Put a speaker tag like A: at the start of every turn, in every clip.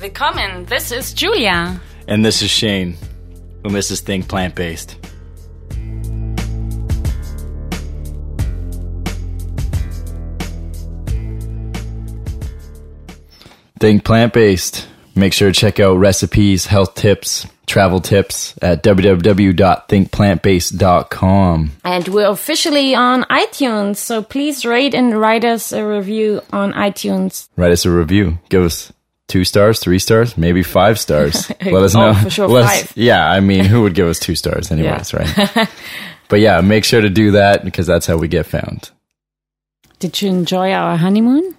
A: Willkommen. This is Julia.
B: And this is Shane, who misses thing plant based. Thing plant based. Make sure to check out recipes, health tips, travel tips at www.thinkplantbased.com.
C: And we're officially on iTunes, so please rate and write us a review on iTunes.
B: Write us a review. Give us two stars, three stars, maybe five stars. Let us
C: Oh,
B: know.
C: for sure,
B: Let us-
C: five.
B: yeah, I mean, who would give us two stars, anyways, right? but yeah, make sure to do that because that's how we get found.
C: Did you enjoy our honeymoon?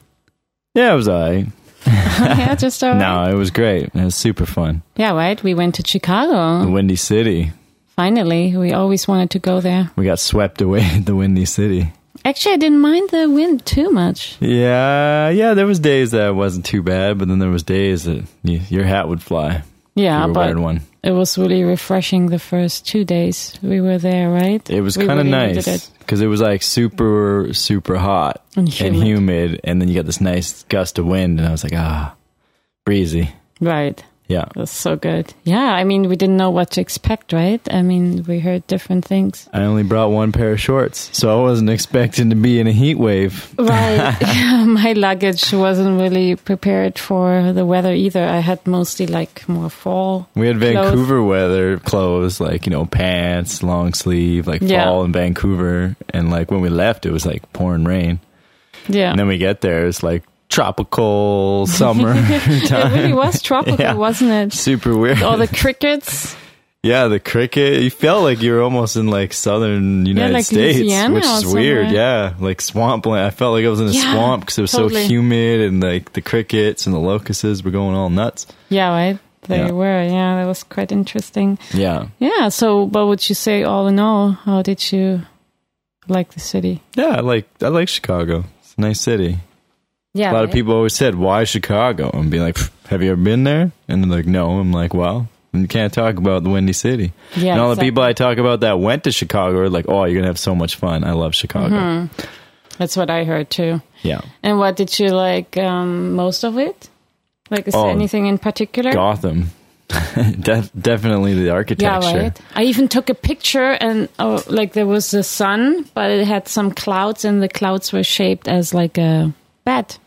B: Yeah, it was I.
C: yeah, just our,
B: No, it was great. It was super fun.
C: Yeah, right. We went to Chicago.
B: The Windy City.
C: Finally, we always wanted to go there.
B: We got swept away at the Windy City.
C: Actually, I didn't mind the wind too much.
B: Yeah, yeah. There was days that it wasn't too bad, but then there was days that y your hat would fly.
C: Yeah,
B: you were
C: Ah, but
B: wearing one.
C: it was really refreshing the first two days we were there, right?
B: It was
C: We
B: kind of
C: really
B: nice
C: needed it.
B: because it was like super, super hot
C: And
B: and
C: humid.
B: humid, and then you got this nice gust of wind, and I was like, ah, breezy.
C: Right.
B: Yeah,
C: That's so good. Yeah, I mean, we didn't know what to expect, right? I mean, we heard different things.
B: I only brought one pair of shorts, so I wasn't expecting to be in a heat wave.
C: Right. My luggage wasn't really prepared for the weather either. I had mostly like more fall.
B: We had
C: clothes.
B: Vancouver weather clothes, like, you know, pants, long sleeve, like
C: Yeah.
B: fall in Vancouver. And like when we left, it was like pouring rain.
C: Yeah.
B: And then we get there, it's like tropical summer
C: it
B: time.
C: really was tropical,
B: Yeah.
C: wasn't it?
B: Super weird.
C: All the crickets.
B: yeah, the cricket. You felt like you were almost in like southern United
C: like
B: States,
C: Louisiana
B: which
C: or
B: is weird.
C: somewhere.
B: Yeah, like swampland. I felt like I was in a swamp
C: Yeah,
B: 'cause swamp because it was
C: totally.
B: so humid and like the crickets and the locusts were going all nuts.
C: Yeah, right. They
B: Yeah.
C: were. Yeah, that was quite interesting.
B: Yeah.
C: Yeah. So, but would you say all in all, how did you like the city?
B: Yeah, I like, I like Chicago. It's a nice city.
C: Yeah.
B: A lot of people always said, "Why Chicago?" And be like, "Pff, "Have you ever been there?" And they're like, "No." I'm like, "Well, you can't talk about the Windy City."
C: Yeah,
B: and all the
C: exactly.
B: people I talk about that went to Chicago are like, "Oh, you're gonna have so much fun. I love Chicago."
C: Mm-hmm. That's what I heard too.
B: Yeah,
C: And what did you like um, most of it? Like, is
B: Oh,
C: there anything in particular?
B: Gotham, Def definitely the
C: yeah,
B: architecture.
C: right. I even took a picture, and oh, like there was the sun, but it had some clouds, and the clouds were shaped as like a bat.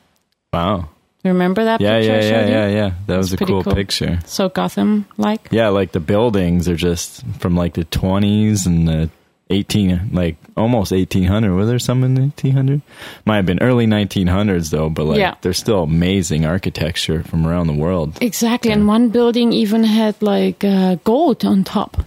B: Wow.
C: Remember that?
B: Yeah,
C: picture I
B: yeah, yeah,
C: showed you?
B: yeah, yeah. That was a
C: pretty
B: cool,
C: cool.
B: picture.
C: So Gotham, like,
B: Yeah, like the buildings are just from like the 20s and the 18, like almost 1800. Was there some in 1800? Might have been early 1900s though, but like
C: Yeah.
B: they're still amazing architecture from around the world.
C: exactly. And one building even had like uh, gold on top.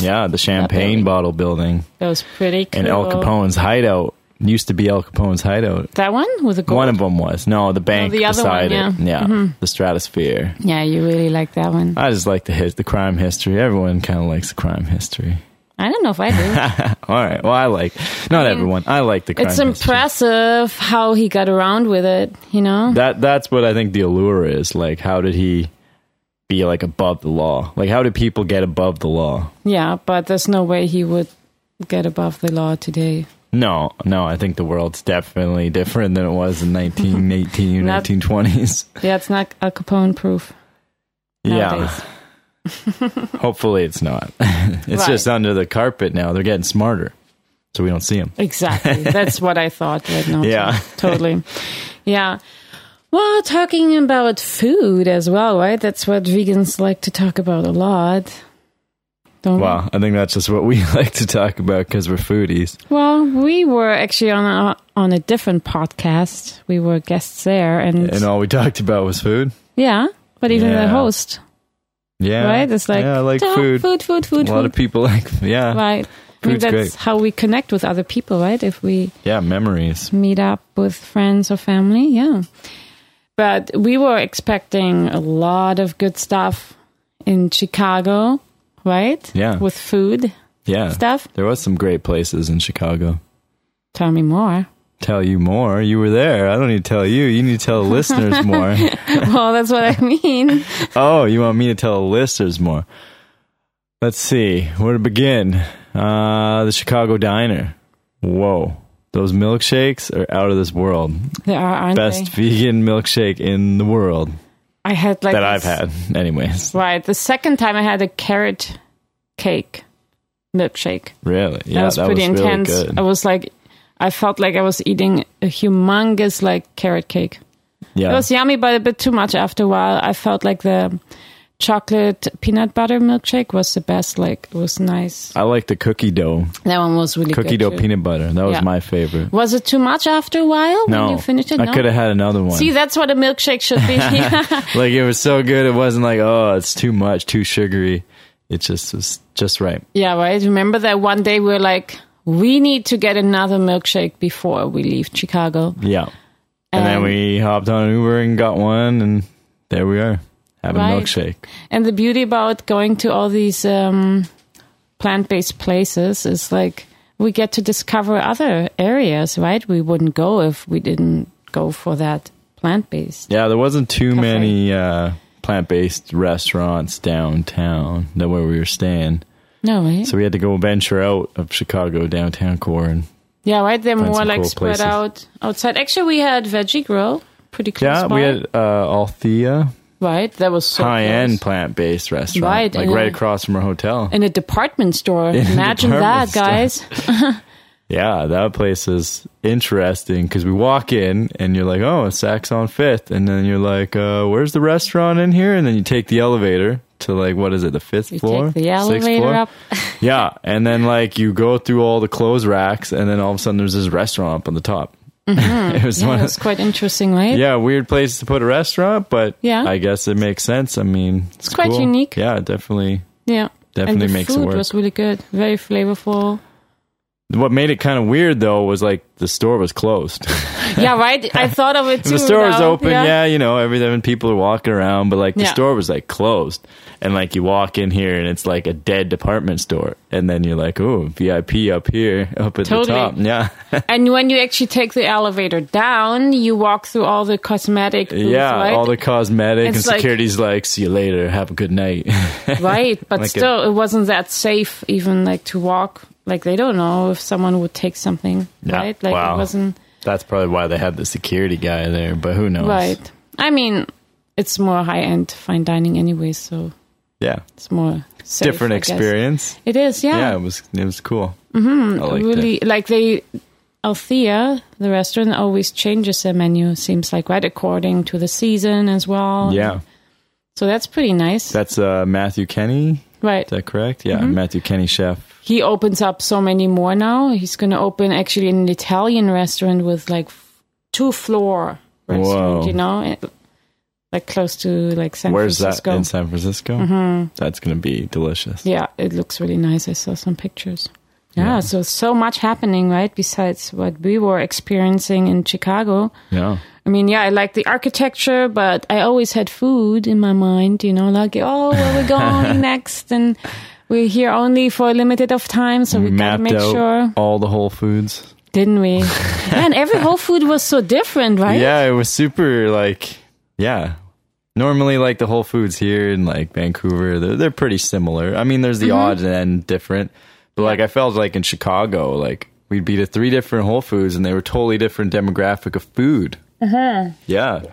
B: Yeah, the champagne
C: building.
B: bottle building
C: That was pretty cool.
B: and El Capone's hideout used to be El Capone's hideout.
C: That one with the gold.
B: One of them was. No, the bank
C: the other one, Mm-hmm.
B: beside it. Yeah, the Stratosphere.
C: yeah, you really like that one.
B: I just like the his, the crime history. Everyone kind of likes the crime history.
C: I don't know if I do.
B: All right. Well, I like not everyone. I like the crime.
C: It's
B: history.
C: impressive how he got around with it, you know?
B: that that's what I think the allure is. Like, how did he be like above the law? Like, how did people get above the law?
C: yeah, but there's no way he would get above the law today.
B: No, no. I think the world's definitely different than it was in 1918 or
C: Not-
B: 1920s.
C: Yeah, it's not Al Capone proof.
B: Yeah.
C: Nowadays.
B: Hopefully, it's not. it's just
C: Right.
B: under the carpet now. They're getting smarter, so we don't see them.
C: Exactly. That's what I thought right now. too.
B: Yeah.
C: totally. Yeah. Well, talking about food as well, right? That's what vegans like to talk about a lot. Don't
B: Wow. I think that's just what we like to talk about because we're foodies.
C: Well, we were actually on a, on a different podcast. We were guests there, and,
B: And all we talked about was food.
C: yeah, but even the
B: Yeah.
C: host
B: Yeah.
C: right? It's like,
B: yeah, I like
C: "Oh,
B: food.
C: food, food, food,
B: a lot of
C: food.
B: people like yeah,
C: right. I mean,
B: Food's
C: that's
B: great.
C: how we connect with other people, right? If we
B: yeah, memories.
C: meet up with friends or family, yeah. But we were expecting a lot of good stuff in Chicago, right?
B: Yeah.
C: With food
B: Yeah,
C: stuff.
B: there was some great places in Chicago.
C: Tell me more.
B: Tell you more. You were there. I don't need to tell you. You need to tell the listeners more.
C: well, that's what I mean.
B: Oh, you want me to tell the listeners more? Let's see where to begin. Uh, the Chicago Diner. Whoa, those milkshakes are out of this world.
C: There are, aren't
B: Best
C: they?
B: vegan milkshake in the world.
C: I had like
B: that I've
C: this-
B: had. Anyways,
C: Right. The second time I had a carrot cake milkshake.
B: really, yeah,
C: that was pretty
B: really
C: intense.
B: good.
C: I was like, I felt like I was eating a humongous like carrot cake.
B: yeah,
C: It was yummy, but a bit too much after a while. I felt like the chocolate peanut butter milkshake was the best. Like it was nice.
B: I like the cookie dough,
C: That one was really
B: cookie
C: good
B: dough
C: too.
B: peanut butter. That was
C: Yeah.
B: my favorite.
C: Was it too much after a while
B: No,
C: when you finished it?
B: I
C: no?
B: could have had another one.
C: See, that's what a milkshake should be.
B: like it was so good, it wasn't like oh, it's too much, too sugary. It just was just right.
C: Yeah, right. Remember that one day we were like, we need to get another milkshake before we leave Chicago.
B: Yeah. And, then
C: And-
B: we hopped on an Uber and got one, and there we are having a
C: Right.
B: milkshake.
C: And the beauty about going to all these um, plant based places is like we get to discover other areas, right? We wouldn't go if we didn't go for that plant based.
B: Yeah, there wasn't too
C: Cafe.
B: many uh, plant based restaurants downtown that where we were staying,
C: No, eh? right?
B: so we had to go venture out of Chicago downtown core. And
C: yeah, right. They're
B: Find
C: more
B: some
C: like
B: cool
C: spread
B: places.
C: out outside. Actually, we had Veggie Grill. Pretty close
B: yeah, we
C: by,
B: had uh, Althea,
C: right? That was so
B: high
C: close.
B: end plant based restaurant,
C: Right,
B: like
C: and,
B: right
C: uh,
B: across from our hotel.
C: in a department store.
B: a
C: Imagine
B: department
C: that,
B: store.
C: guys.
B: Yeah, that place is interesting because we walk in and you're like, oh, it's Saks on Fifth. And then you're like, uh, where's the restaurant in here? And then you take the elevator to like, what is it, the fifth
C: You
B: floor?
C: take the
B: Sixth
C: elevator
B: floor?
C: up.
B: yeah. And then like you go through all the clothes racks and then all of a sudden there's this restaurant up on the top. it was
C: Mm-hmm. Yeah,
B: one of,
C: that's quite interesting, right?
B: yeah, weird place to put a restaurant, but
C: Yeah.
B: I guess it makes sense. I mean, it's,
C: quite
B: cool.
C: unique.
B: Yeah, definitely.
C: Yeah.
B: Definitely
C: and the
B: makes it
C: food
B: work.
C: was really good, very flavorful.
B: What made it kind of weird though was like the store was closed.
C: yeah, right. I thought of it too.
B: the store was
C: though.
B: open, yeah. you know, every then people are walking around, but like the
C: Yeah.
B: store was like closed. And like you walk in here and it's like a dead department store. And then you're like, oh, VIP up here, up at
C: Totally.
B: the top. Yeah.
C: And when you actually take the elevator down, you walk through all the cosmetic. Booths,
B: yeah.
C: right?
B: All the cosmetic
C: It's
B: and
C: like-
B: security's like, see you later. Have a good night.
C: right, but
B: like a-
C: still, it wasn't that safe even like to walk. Like they don't know if someone would take something,
B: Yeah,
C: right? Like
B: wow.
C: it wasn't
B: That's probably why they had the security guy there, but who knows?
C: right. I mean, it's more high end fine dining anyway, so
B: Yeah.
C: it's more safe,
B: Different
C: I guess.
B: experience.
C: It is,
B: Yeah. it was it was cool. Mm-hmm. I liked it.
C: really like they Althea, the restaurant always changes their menu, seems like right according to the season as well.
B: Yeah.
C: So that's pretty nice.
B: That's uh, Matthew Kenny. Is
C: right.
B: that correct? Yeah.
C: Mm-hmm.
B: Matthew Kenny chef.
C: he opens up so many more now. He's gonna open actually an Italian restaurant with like f- two floor restaurant,
B: Whoa.
C: you know? It- Like close to like San
B: Where's
C: Francisco. Mm-hmm.
B: that in San Francisco? That's going to be delicious.
C: yeah, it looks really nice. I saw some pictures. Yeah, so so much happening, right? Besides what we were experiencing in Chicago.
B: Yeah.
C: I mean, yeah, I like the architecture, but I always had food in my mind, you know, like, oh, where we're going next. And we're here only for a limited of time, so we gotta
B: Mapped
C: make
B: out
C: sure.
B: all the Whole Foods.
C: Didn't we? Man, every Whole Food was so different, right?
B: Yeah, it was super like, yeah. Normally, like the Whole Foods here in like Vancouver, they're, they're pretty similar. I mean, there's the
C: Mm-hmm.
B: odd and different, but like I felt like in Chicago, like we'd be to three different Whole Foods and they were totally different demographic of food. Yeah.
C: Mm-hmm.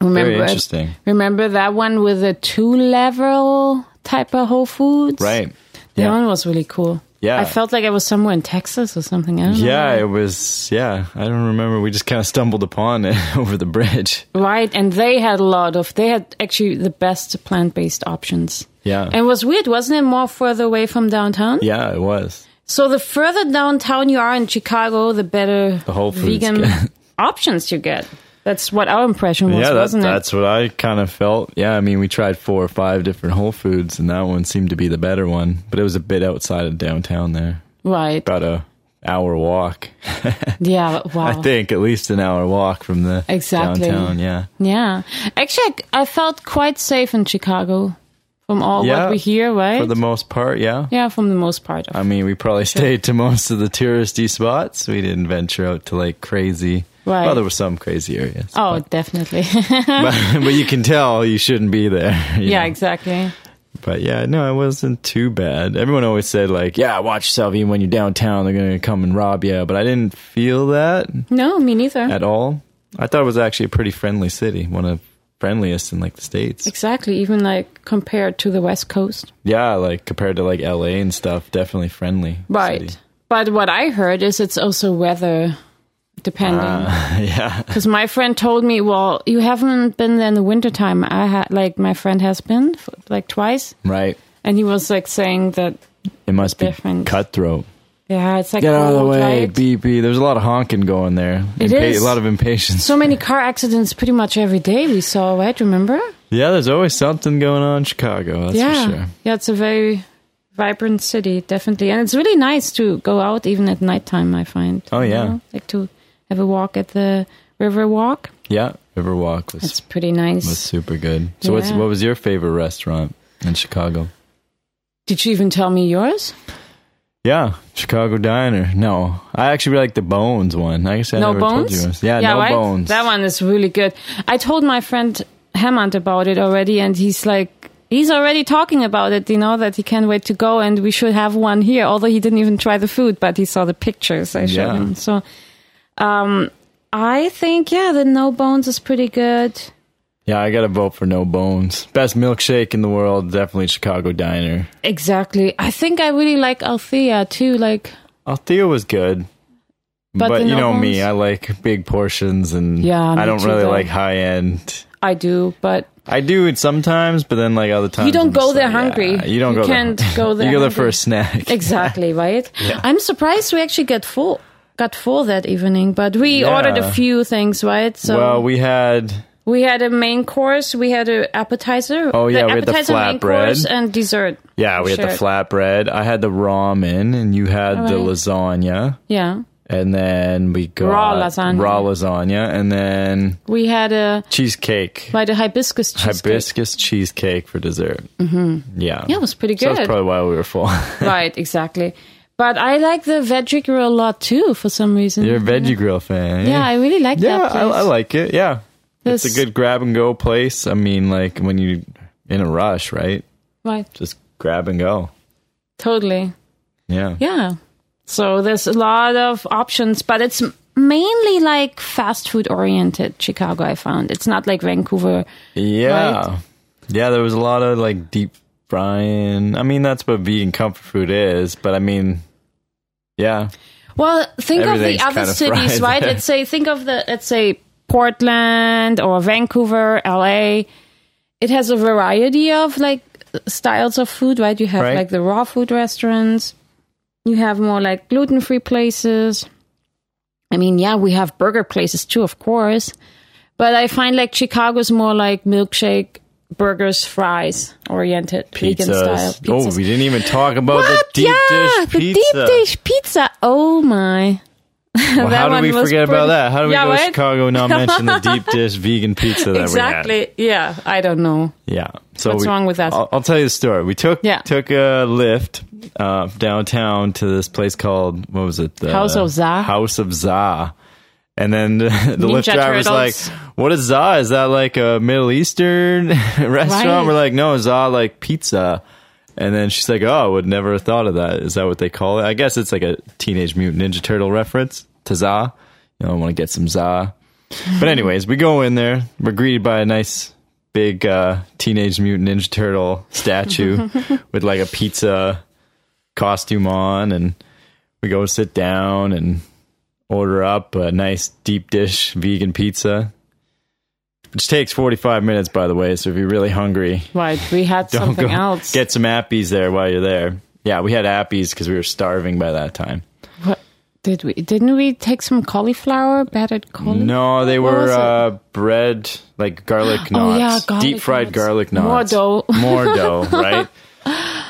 C: remember,
B: Very interesting.
C: remember that one with the two level type of Whole Foods?
B: Right.
C: That
B: Yeah.
C: one was really cool.
B: Yeah.
C: I felt like I was somewhere in Texas or something. I don't know.
B: Yeah, it was. Yeah, I don't remember. We just kind of stumbled upon it over the bridge.
C: Right, and they had a lot of they had actually the best plant based options.
B: Yeah.
C: And it was weird, wasn't it? More further away from downtown.
B: Yeah, it was.
C: So the further downtown you are in Chicago, the better the
B: Whole Foods
C: vegan
B: get.
C: options you get. That's what our impression was,
B: yeah, that,
C: wasn't
B: that's what I kind of felt. Yeah, I mean, we tried four or five different Whole Foods, and that one seemed to be the better one. But it was a bit outside of downtown there,
C: it? Right.
B: about a hour walk,
C: Yeah. Wow.
B: I think, at least an hour walk from the
C: Exactly.
B: downtown. Yeah,
C: Yeah. Actually, I, I felt quite safe in Chicago from all
B: Yeah,
C: what we hear, right?
B: for the most part. Yeah,
C: yeah, from the most part.
B: I mean, we probably stayed to most of the touristy spots. We didn't venture out to like crazy.
C: Right.
B: Well, there were some crazy areas,
C: oh, definitely.
B: but, but you can tell you shouldn't be there. you
C: yeah,
B: know?
C: exactly.
B: But yeah, no, it wasn't too bad. Everyone always said like, "Yeah, watch yourself even when you're downtown; they're gonna come and rob you." But I didn't feel that
C: No, me neither.
B: at all. I thought it was actually a pretty friendly city. One of friendliest in like the states.
C: Exactly. Even like compared to the West Coast.
B: Yeah, like compared to like LA and stuff, definitely friendly.
C: Right.
B: city.
C: But what I heard is it's also weather depending.
B: Ah. yeah.
C: Because my friend told me, well, you haven't been there in the wintertime. I had, like, my friend has been f- like twice.
B: Right.
C: And he was like saying that,
B: It must be
C: Different.
B: cutthroat.
C: yeah, it's like,
B: Get out of the
C: cold,
B: way,
C: right?
B: BP. There's a lot of honking going there.
C: It is.
B: A lot of impatience.
C: so many car accidents pretty much every day we saw, right? Remember?
B: Yeah, there's always something going on in Chicago. That's
C: yeah.
B: for sure.
C: Yeah, it's a very vibrant city, definitely. And it's really nice to go out even at nighttime, I find.
B: Oh,
C: you
B: yeah.
C: know? Like to have a walk at the river walk.
B: Yeah, Riverwalk was
C: It's pretty
B: was
C: nice.
B: super good. So what's
C: Yeah.
B: what was your favorite restaurant in Chicago?
C: Did you even tell me yours?
B: Yeah, Chicago Diner. No, I actually really like the Bones one. I guess I
C: no
B: never told
C: bones.
B: you. this. Yeah, no
C: right?
B: bones.
C: That one is really good. I told my friend Hammond about it already, and he's like, he's already talking about it. You know that he can't wait to go, and we should have one here. Although he didn't even try the food, but he saw the pictures I showed
B: Yeah.
C: him. So, um, I think yeah, the no bones is pretty good.
B: Yeah, I gotta vote for No Bones. Best milkshake in the world, definitely Chicago Diner.
C: Exactly. I think I really like Althea too. Like,
B: Althea was good,
C: But
B: but,
C: the
B: you
C: No
B: know me,
C: Bones?
B: I like big portions, and
C: Yeah, me
B: I don't
C: too,
B: really
C: though.
B: like high end.
C: I do, but
B: I do it sometimes, but then like other times
C: You don't
B: I'm
C: go
B: just
C: there
B: like,
C: hungry.
B: yeah, you don't
C: You
B: go.
C: can't
B: there.
C: go there
B: you go there
C: hungry.
B: for a snack.
C: Exactly, right? I'm surprised we actually got full got full that evening, but we
B: Yeah.
C: ordered a few things, right? So
B: Well, we had
C: we had a main course, we had an appetizer.
B: Oh,
C: the
B: yeah, we had the
C: appetizer, main
B: flatbread.
C: course, and dessert.
B: Yeah, we had the
C: Sure. Oh,
B: flatbread. I had the ramen, and you had the
C: Alright.
B: lasagna,
C: Yeah.
B: and then we got
C: Raw lasagna.
B: raw lasagna, and then
C: We had a
B: cheesecake,
C: by the hibiscus cheesecake.
B: hibiscus cheesecake for dessert. Mm-hmm. Yeah,
C: Yeah, it was pretty
B: So
C: good.
B: that's probably why we were full.
C: right, exactly. But I like the veggie grill a lot too for some reason.
B: You're a veggie grill fan. eh?
C: yeah, I really like
B: yeah,
C: that
B: I,
C: place.
B: I like it. Yeah,
C: This-
B: it's a good grab and go place. I mean, like when you in a rush, right?
C: right.
B: Just grab and go.
C: Totally.
B: Yeah,
C: Yeah. So there's a lot of options, but it's mainly like fast food oriented Chicago I found. It's not like Vancouver.
B: Yeah. Yeah, there was a lot of like deep frying. I mean, that's what vegan comfort food is, but I mean, yeah.
C: Well, think of the
B: Everything's
C: other
B: kinda
C: cities,
B: fried
C: right?
B: there.
C: Let's say think of the let's say Portland or Vancouver, LA. It has a variety of like styles of food, right? You have
B: Right.
C: like the raw food restaurants. You have more like gluten-free places. I mean, yeah, we have burger places too, of course. But I find like Chicago's more like milkshake, burgers, fries oriented, vegan style.
B: Pizzas. Oh,
C: pizzas.
B: we didn't even talk about
C: What?
B: the deep
C: yeah,
B: dish
C: the
B: pizza.
C: deep dish pizza. Oh my!
B: Well,
C: That
B: how do
C: one
B: we
C: was
B: forget
C: pretty-
B: about that? How do we
C: Yeah,
B: go to
C: right?
B: Chicago and not mention the deep dish vegan pizza that we had?
C: exactly. Yeah, I don't know.
B: Yeah. So
C: What's
B: we-
C: wrong with us?
B: I'll, I'll tell you the story. We took
C: Yeah.
B: took a lift uh, downtown to this place called what was it? The
C: House of Za?
B: House of Za. And then the lift driver's
C: Turtles.
B: like, "What is Za? Is that like a Middle Eastern restaurant?"
C: Right.
B: We're like, "No, Za like pizza." And then she's like, "Oh, I would never have thought of that. Is that what they call it? I guess it's like a Teenage Mutant Ninja Turtle reference to Za. You know, I want to get some Za." But anyways, we go in there. We're greeted by a nice big uh, Teenage Mutant Ninja Turtle statue with like a pizza costume on, and we go sit down and order up a nice deep dish vegan pizza, which takes forty five minutes, by the way. So if you're really hungry,
C: Right, we had
B: don't
C: something
B: go
C: else.
B: get some appies there while you're there. Yeah, we had appies because we were starving by that time.
C: what did we? Didn't we take some cauliflower, battered cauliflower?
B: No, they
C: What
B: were
C: was it?
B: uh, bread like garlic
C: Oh,
B: knots,
C: yeah, garlic
B: deep fried
C: knots.
B: garlic
C: More
B: knots,
C: dough.
B: more dough, right?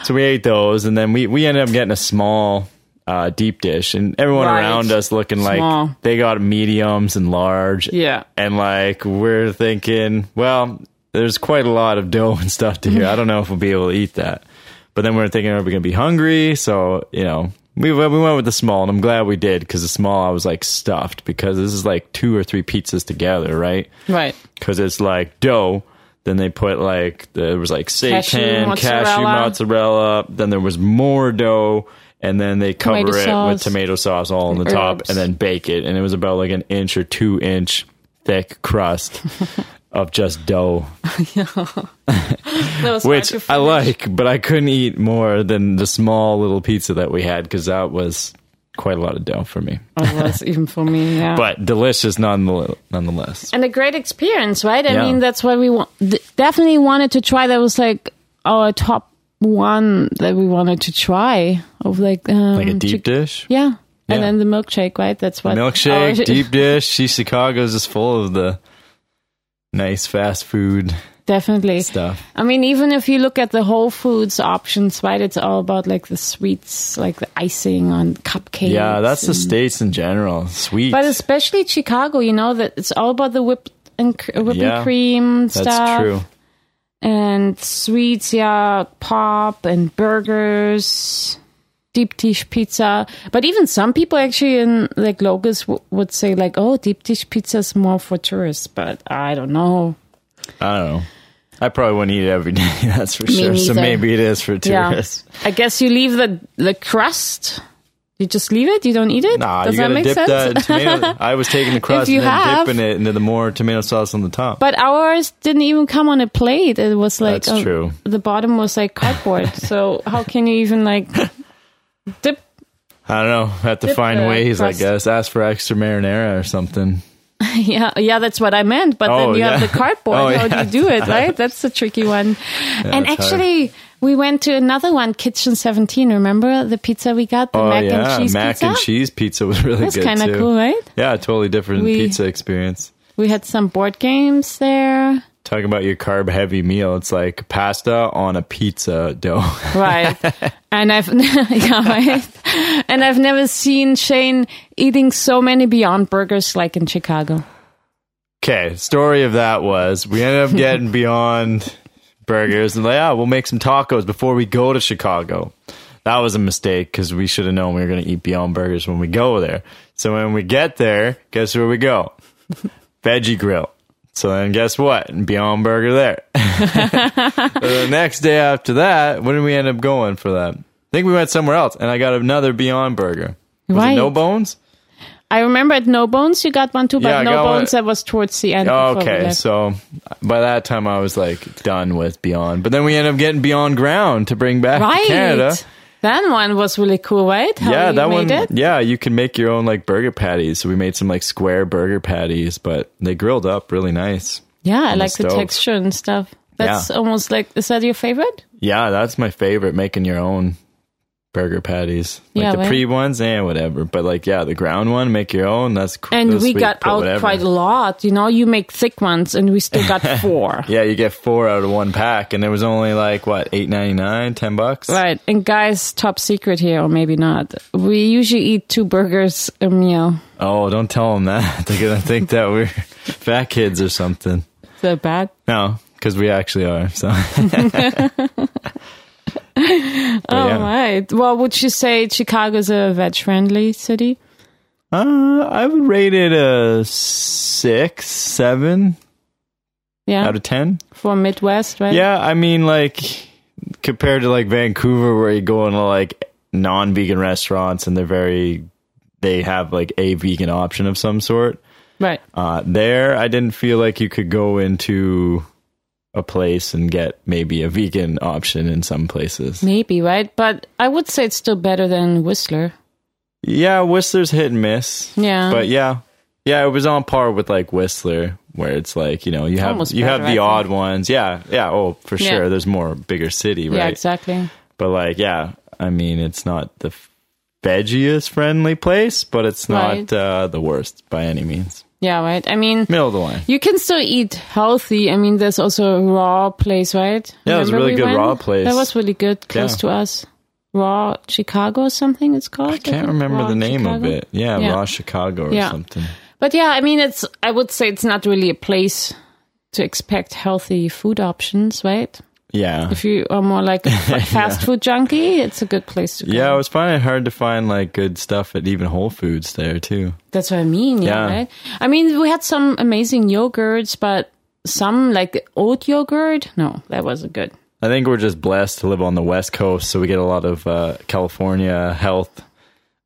B: So we ate those, and then we we ended up getting a small uh, deep dish, and everyone
C: Right.
B: around us looking
C: Small.
B: like they got mediums and large,
C: Yeah.
B: and like we're thinking, well, there's quite a lot of dough and stuff to here. I don't know if we'll be able to eat that. But then we're thinking, are we going to be hungry? So you know, we we went with the small, and I'm glad we did because the small I was like stuffed because this is like two or three pizzas together, right?
C: Right.
B: Because it's like dough. Then they put like there was like seitan,
C: Cashew
B: cashew mozzarella.
C: mozzarella.
B: Then there was more dough, and then they cover
C: Tomato
B: it
C: sauce.
B: with tomato sauce all on the top,
C: Herbs.
B: and then bake it. And it was about like an inch or two inch thick crust. of just dough,
C: That was hard to
B: which I
C: finish.
B: like, but I couldn't eat more than the small little pizza that we had because that was quite a lot of dough for me.
C: It was even for me. Yeah.
B: But delicious nonetheless. nonetheless.
C: and a great experience, right? I
B: Yeah.
C: mean, that's why we wa- d- definitely wanted to try. That was like our top one that we wanted to try of like um,
B: Like a
C: chick-
B: deep dish?
C: yeah.
B: Yeah.
C: And then the milkshake, right? That's what
B: Milkshake,
C: our-
B: deep dish. See, Chicago's is full of the nice fast food
C: definitely.
B: stuff.
C: I mean, even if you look at the Whole Foods options, right? It's all about like the sweets, like the icing on cupcakes.
B: Yeah, that's the
C: and-
B: states in general. Sweet.
C: But especially Chicago, you know that it's all about the whipped and cr- whipping
B: Yeah,
C: cream
B: that's
C: stuff.
B: true.
C: and sweets, yeah, pop and burgers, deep dish pizza. But even some people actually in like locals w- would say like, oh, deep dish pizza is more for tourists. But I don't know.
B: I don't know. I probably wouldn't eat it every day. That's for
C: Me
B: sure. So
C: neither.
B: maybe it is for tourists.
C: Yeah, I guess you leave the the crust. You just leave it. You don't eat it.
B: Nah,
C: Does
B: you
C: that
B: gotta
C: make
B: dip
C: sense?
B: that tomato. I was taking the crust
C: you
B: and then
C: have-
B: dipping it into the more tomato sauce on the top.
C: But ours didn't even come on a plate. It was like
B: That's true.
C: the bottom was like cardboard. so how can you even like dip
B: I don't know. Have to
C: Dip
B: find
C: the
B: ways,
C: crust.
B: I guess. Ask for extra marinara or something.
C: Yeah, yeah, that's what I meant. But
B: Oh,
C: then you
B: yeah.
C: have the cardboard.
B: Oh,
C: How
B: yeah.
C: do you do it, right? That's the tricky one. and
B: it's hard.
C: actually, we went to another one, Kitchen 17. Remember the pizza we got? The
B: Oh
C: mac
B: yeah,
C: and cheese
B: mac
C: pizza?
B: and cheese pizza was really
C: That's
B: good
C: kind of
B: too.
C: cool, right?
B: Yeah, totally different
C: We-
B: pizza experience.
C: We had some board games there.
B: Talking about your carb heavy meal, it's like pasta on a pizza dough.
C: Right. and I've yeah, right. And I've never seen Shane eating so many Beyond Burgers like in Chicago.
B: Okay, story of that was we ended up getting beyond burgers and like, yeah, we'll make some tacos before we go to Chicago. That was a mistake because we should have known we were going to eat beyond burgers when we go there. So when we get there, guess where we go? Veggie Grill. So then guess what? Beyond Burger there. the next day after that, when did we end up going for that? I think we went somewhere else and I got another Beyond Burger. Was
C: Right.
B: it no bones?
C: I remember at No Bones you got one too, but
B: Yeah, I
C: No
B: got one-
C: Bones that was towards the end. before we
B: Okay,
C: left.
B: so by that time I was like done with Beyond, but then we ended up getting Beyond Ground to bring back
C: right.
B: to Canada.
C: That one was really cool, right? How
B: yeah,
C: you
B: that
C: made
B: one.
C: It?
B: Yeah, you can make your own like burger patties. So we made some like square burger patties, but they grilled up really nice.
C: Yeah, I
B: the
C: like the
B: stove.
C: texture and stuff. That's
B: Yeah.
C: almost like is that your favorite?
B: Yeah, that's my favorite. Making your own burger patties, like
C: Yeah,
B: the
C: right.
B: pre ones and whatever. But like, yeah, the ground one, make your own. That's cr-
C: And
B: that's
C: we
B: sweet,
C: got
B: put
C: out
B: whatever.
C: quite a lot. You know, you make thick ones, and we still got four.
B: Yeah, you get four out of one pack, and it was only like what eight ninety nine, ten bucks.
C: Right. And guys, top secret here, or maybe not. We usually eat two burgers a meal.
B: Oh, don't tell them that. They're going to think that we're fat kids or something.
C: Is that bad?
B: No, because we actually are. So,
C: All right.
B: yeah.
C: Well, would you say Chicago's a veg friendly city?
B: uh, I would rate it a six, seven
C: Yeah.
B: out of ten.
C: For Midwest, right?
B: Yeah, I mean, like, compared to like Vancouver, where you go into like non vegan restaurants and they're very, they have like a vegan option of some sort.
C: Right.
B: Uh, there, I didn't feel like you could go into a place and get maybe a vegan option in some places.
C: Maybe, right? But I would say it's still better than Whistler.
B: Yeah, Whistler's hit and miss.
C: Yeah.
B: But yeah. Yeah, it was on par with like Whistler where it's like, you know, you have
C: Almost
B: you
C: better,
B: have
C: I
B: the
C: think.
B: odd ones. Yeah. Yeah, oh, for
C: Yeah.
B: sure. There's more bigger city, right?
C: Yeah, exactly.
B: But like, yeah, I mean, it's not the f- veggiest friendly place, but it's not
C: Right.
B: uh, the worst by any means.
C: Yeah, right. I mean,
B: Middle of the line.
C: you can still eat healthy. I mean, there's also a raw place, right?
B: Yeah, there's a
C: Remember
B: really good raw place.
C: That was really good, close
B: Yeah.
C: to us. Raw Chicago, or something it's called. I
B: Can't
C: think.
B: remember
C: Raw
B: the name of
C: Chicago.
B: it. Yeah,
C: Yeah.
B: Raw Chicago or
C: Yeah.
B: something.
C: But yeah, I mean, it's. I would say it's not really a place to expect healthy food options, right?
B: Yeah.
C: If you are more like a f- fast food junkie, it's a good place to go.
B: Yeah, I was finding it hard to find like good stuff at even Whole Foods there too.
C: That's what I mean. Yeah.
B: Yeah.
C: Right? I mean, we had some amazing yogurts, but some like oat yogurt. No, that wasn't good.
B: I think we're just blessed to live on the West Coast, so we get a lot of uh, California health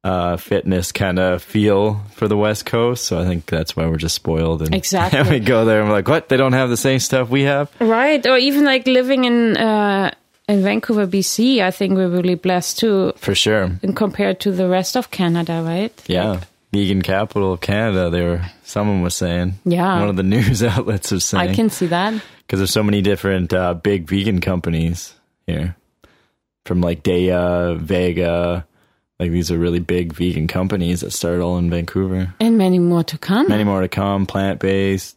B: uh, fitness kind of feel for the West Coast. So I think that's why we're just spoiled. And
C: Exactly.
B: we go there and we're like, what? They don't have the same stuff we have?
C: Right, or even like living in uh, in Vancouver, BC. I think we're really blessed too,
B: For sure.
C: in compared to the rest of Canada. Right?
B: Yeah. Vegan capital of Canada, they were, someone was saying.
C: Yeah.
B: One of the news outlets was
C: I
B: saying.
C: can see that.
B: because there's so many different uh, big vegan companies here, from like Daya, Vega. Like these are really big vegan companies that started all in Vancouver.
C: And many more to come.
B: Many more to come. Plant based,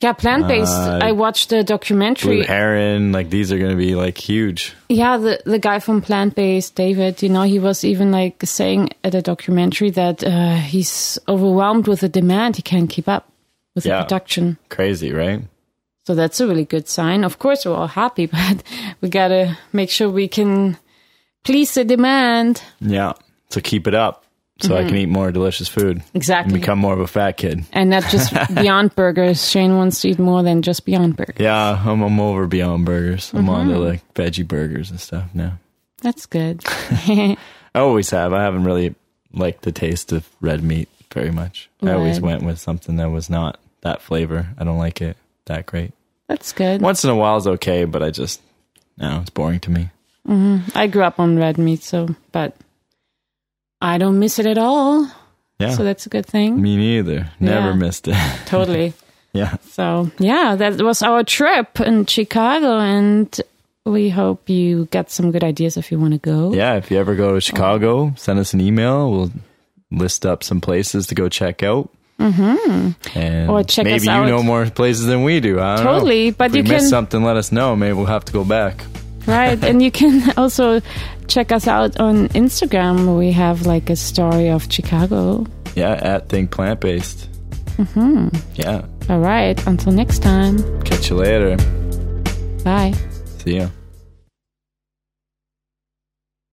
C: yeah, plant based.
B: Uh,
C: I watched the
B: Blue
C: documentary.
B: Heron. Like these are going to be like huge.
C: Yeah, the the guy from Plant Based, David. You know, he was even like saying at a documentary that uh, he's overwhelmed with the demand. He can't keep up with
B: Yeah.
C: the production.
B: Crazy, right?
C: So that's a really good sign. Of course, we're all happy, but we gotta make sure we can please the demand.
B: Yeah. So keep it up, so I can eat more delicious food. And
C: Exactly.
B: become more of a fat kid.
C: and not just Beyond Burgers. Shane wants to eat more than just Beyond Burgers.
B: Yeah, I'm, I'm over Beyond Burgers. I'm on to like veggie burgers and stuff now.
C: That's good.
B: I always have. I haven't really liked the taste of red meat very much. I always
C: Right.
B: went with something that was not that flavor. I don't like it that great.
C: That's good.
B: Once in a while is okay, but I just no, it's boring to me.
C: I grew up on red meat, so but I don't miss it at all.
B: Yeah,
C: So that's a good thing.
B: me neither. Never
C: Yeah.
B: missed it.
C: Totally.
B: yeah,
C: So yeah, that was our trip in Chicago, and we hope you got some good ideas if you want to go.
B: yeah. If you ever go to Chicago, send us an email. We'll list up some places to go check out. Mm-hmm. And
C: Or check
B: maybe
C: us
B: you
C: out.
B: know more places than we do. I don't know.
C: Totally, but
B: if we
C: you
B: missed
C: can-
B: something. Let us know. Maybe we'll have to go back.
C: Right. and you can also check us out on Instagram. We have like a story of Chicago.
B: Yeah, at Think Plant Based. Mm-hmm. Yeah.
C: All right. Until next time.
B: Catch you later.
C: Bye.
B: See ya.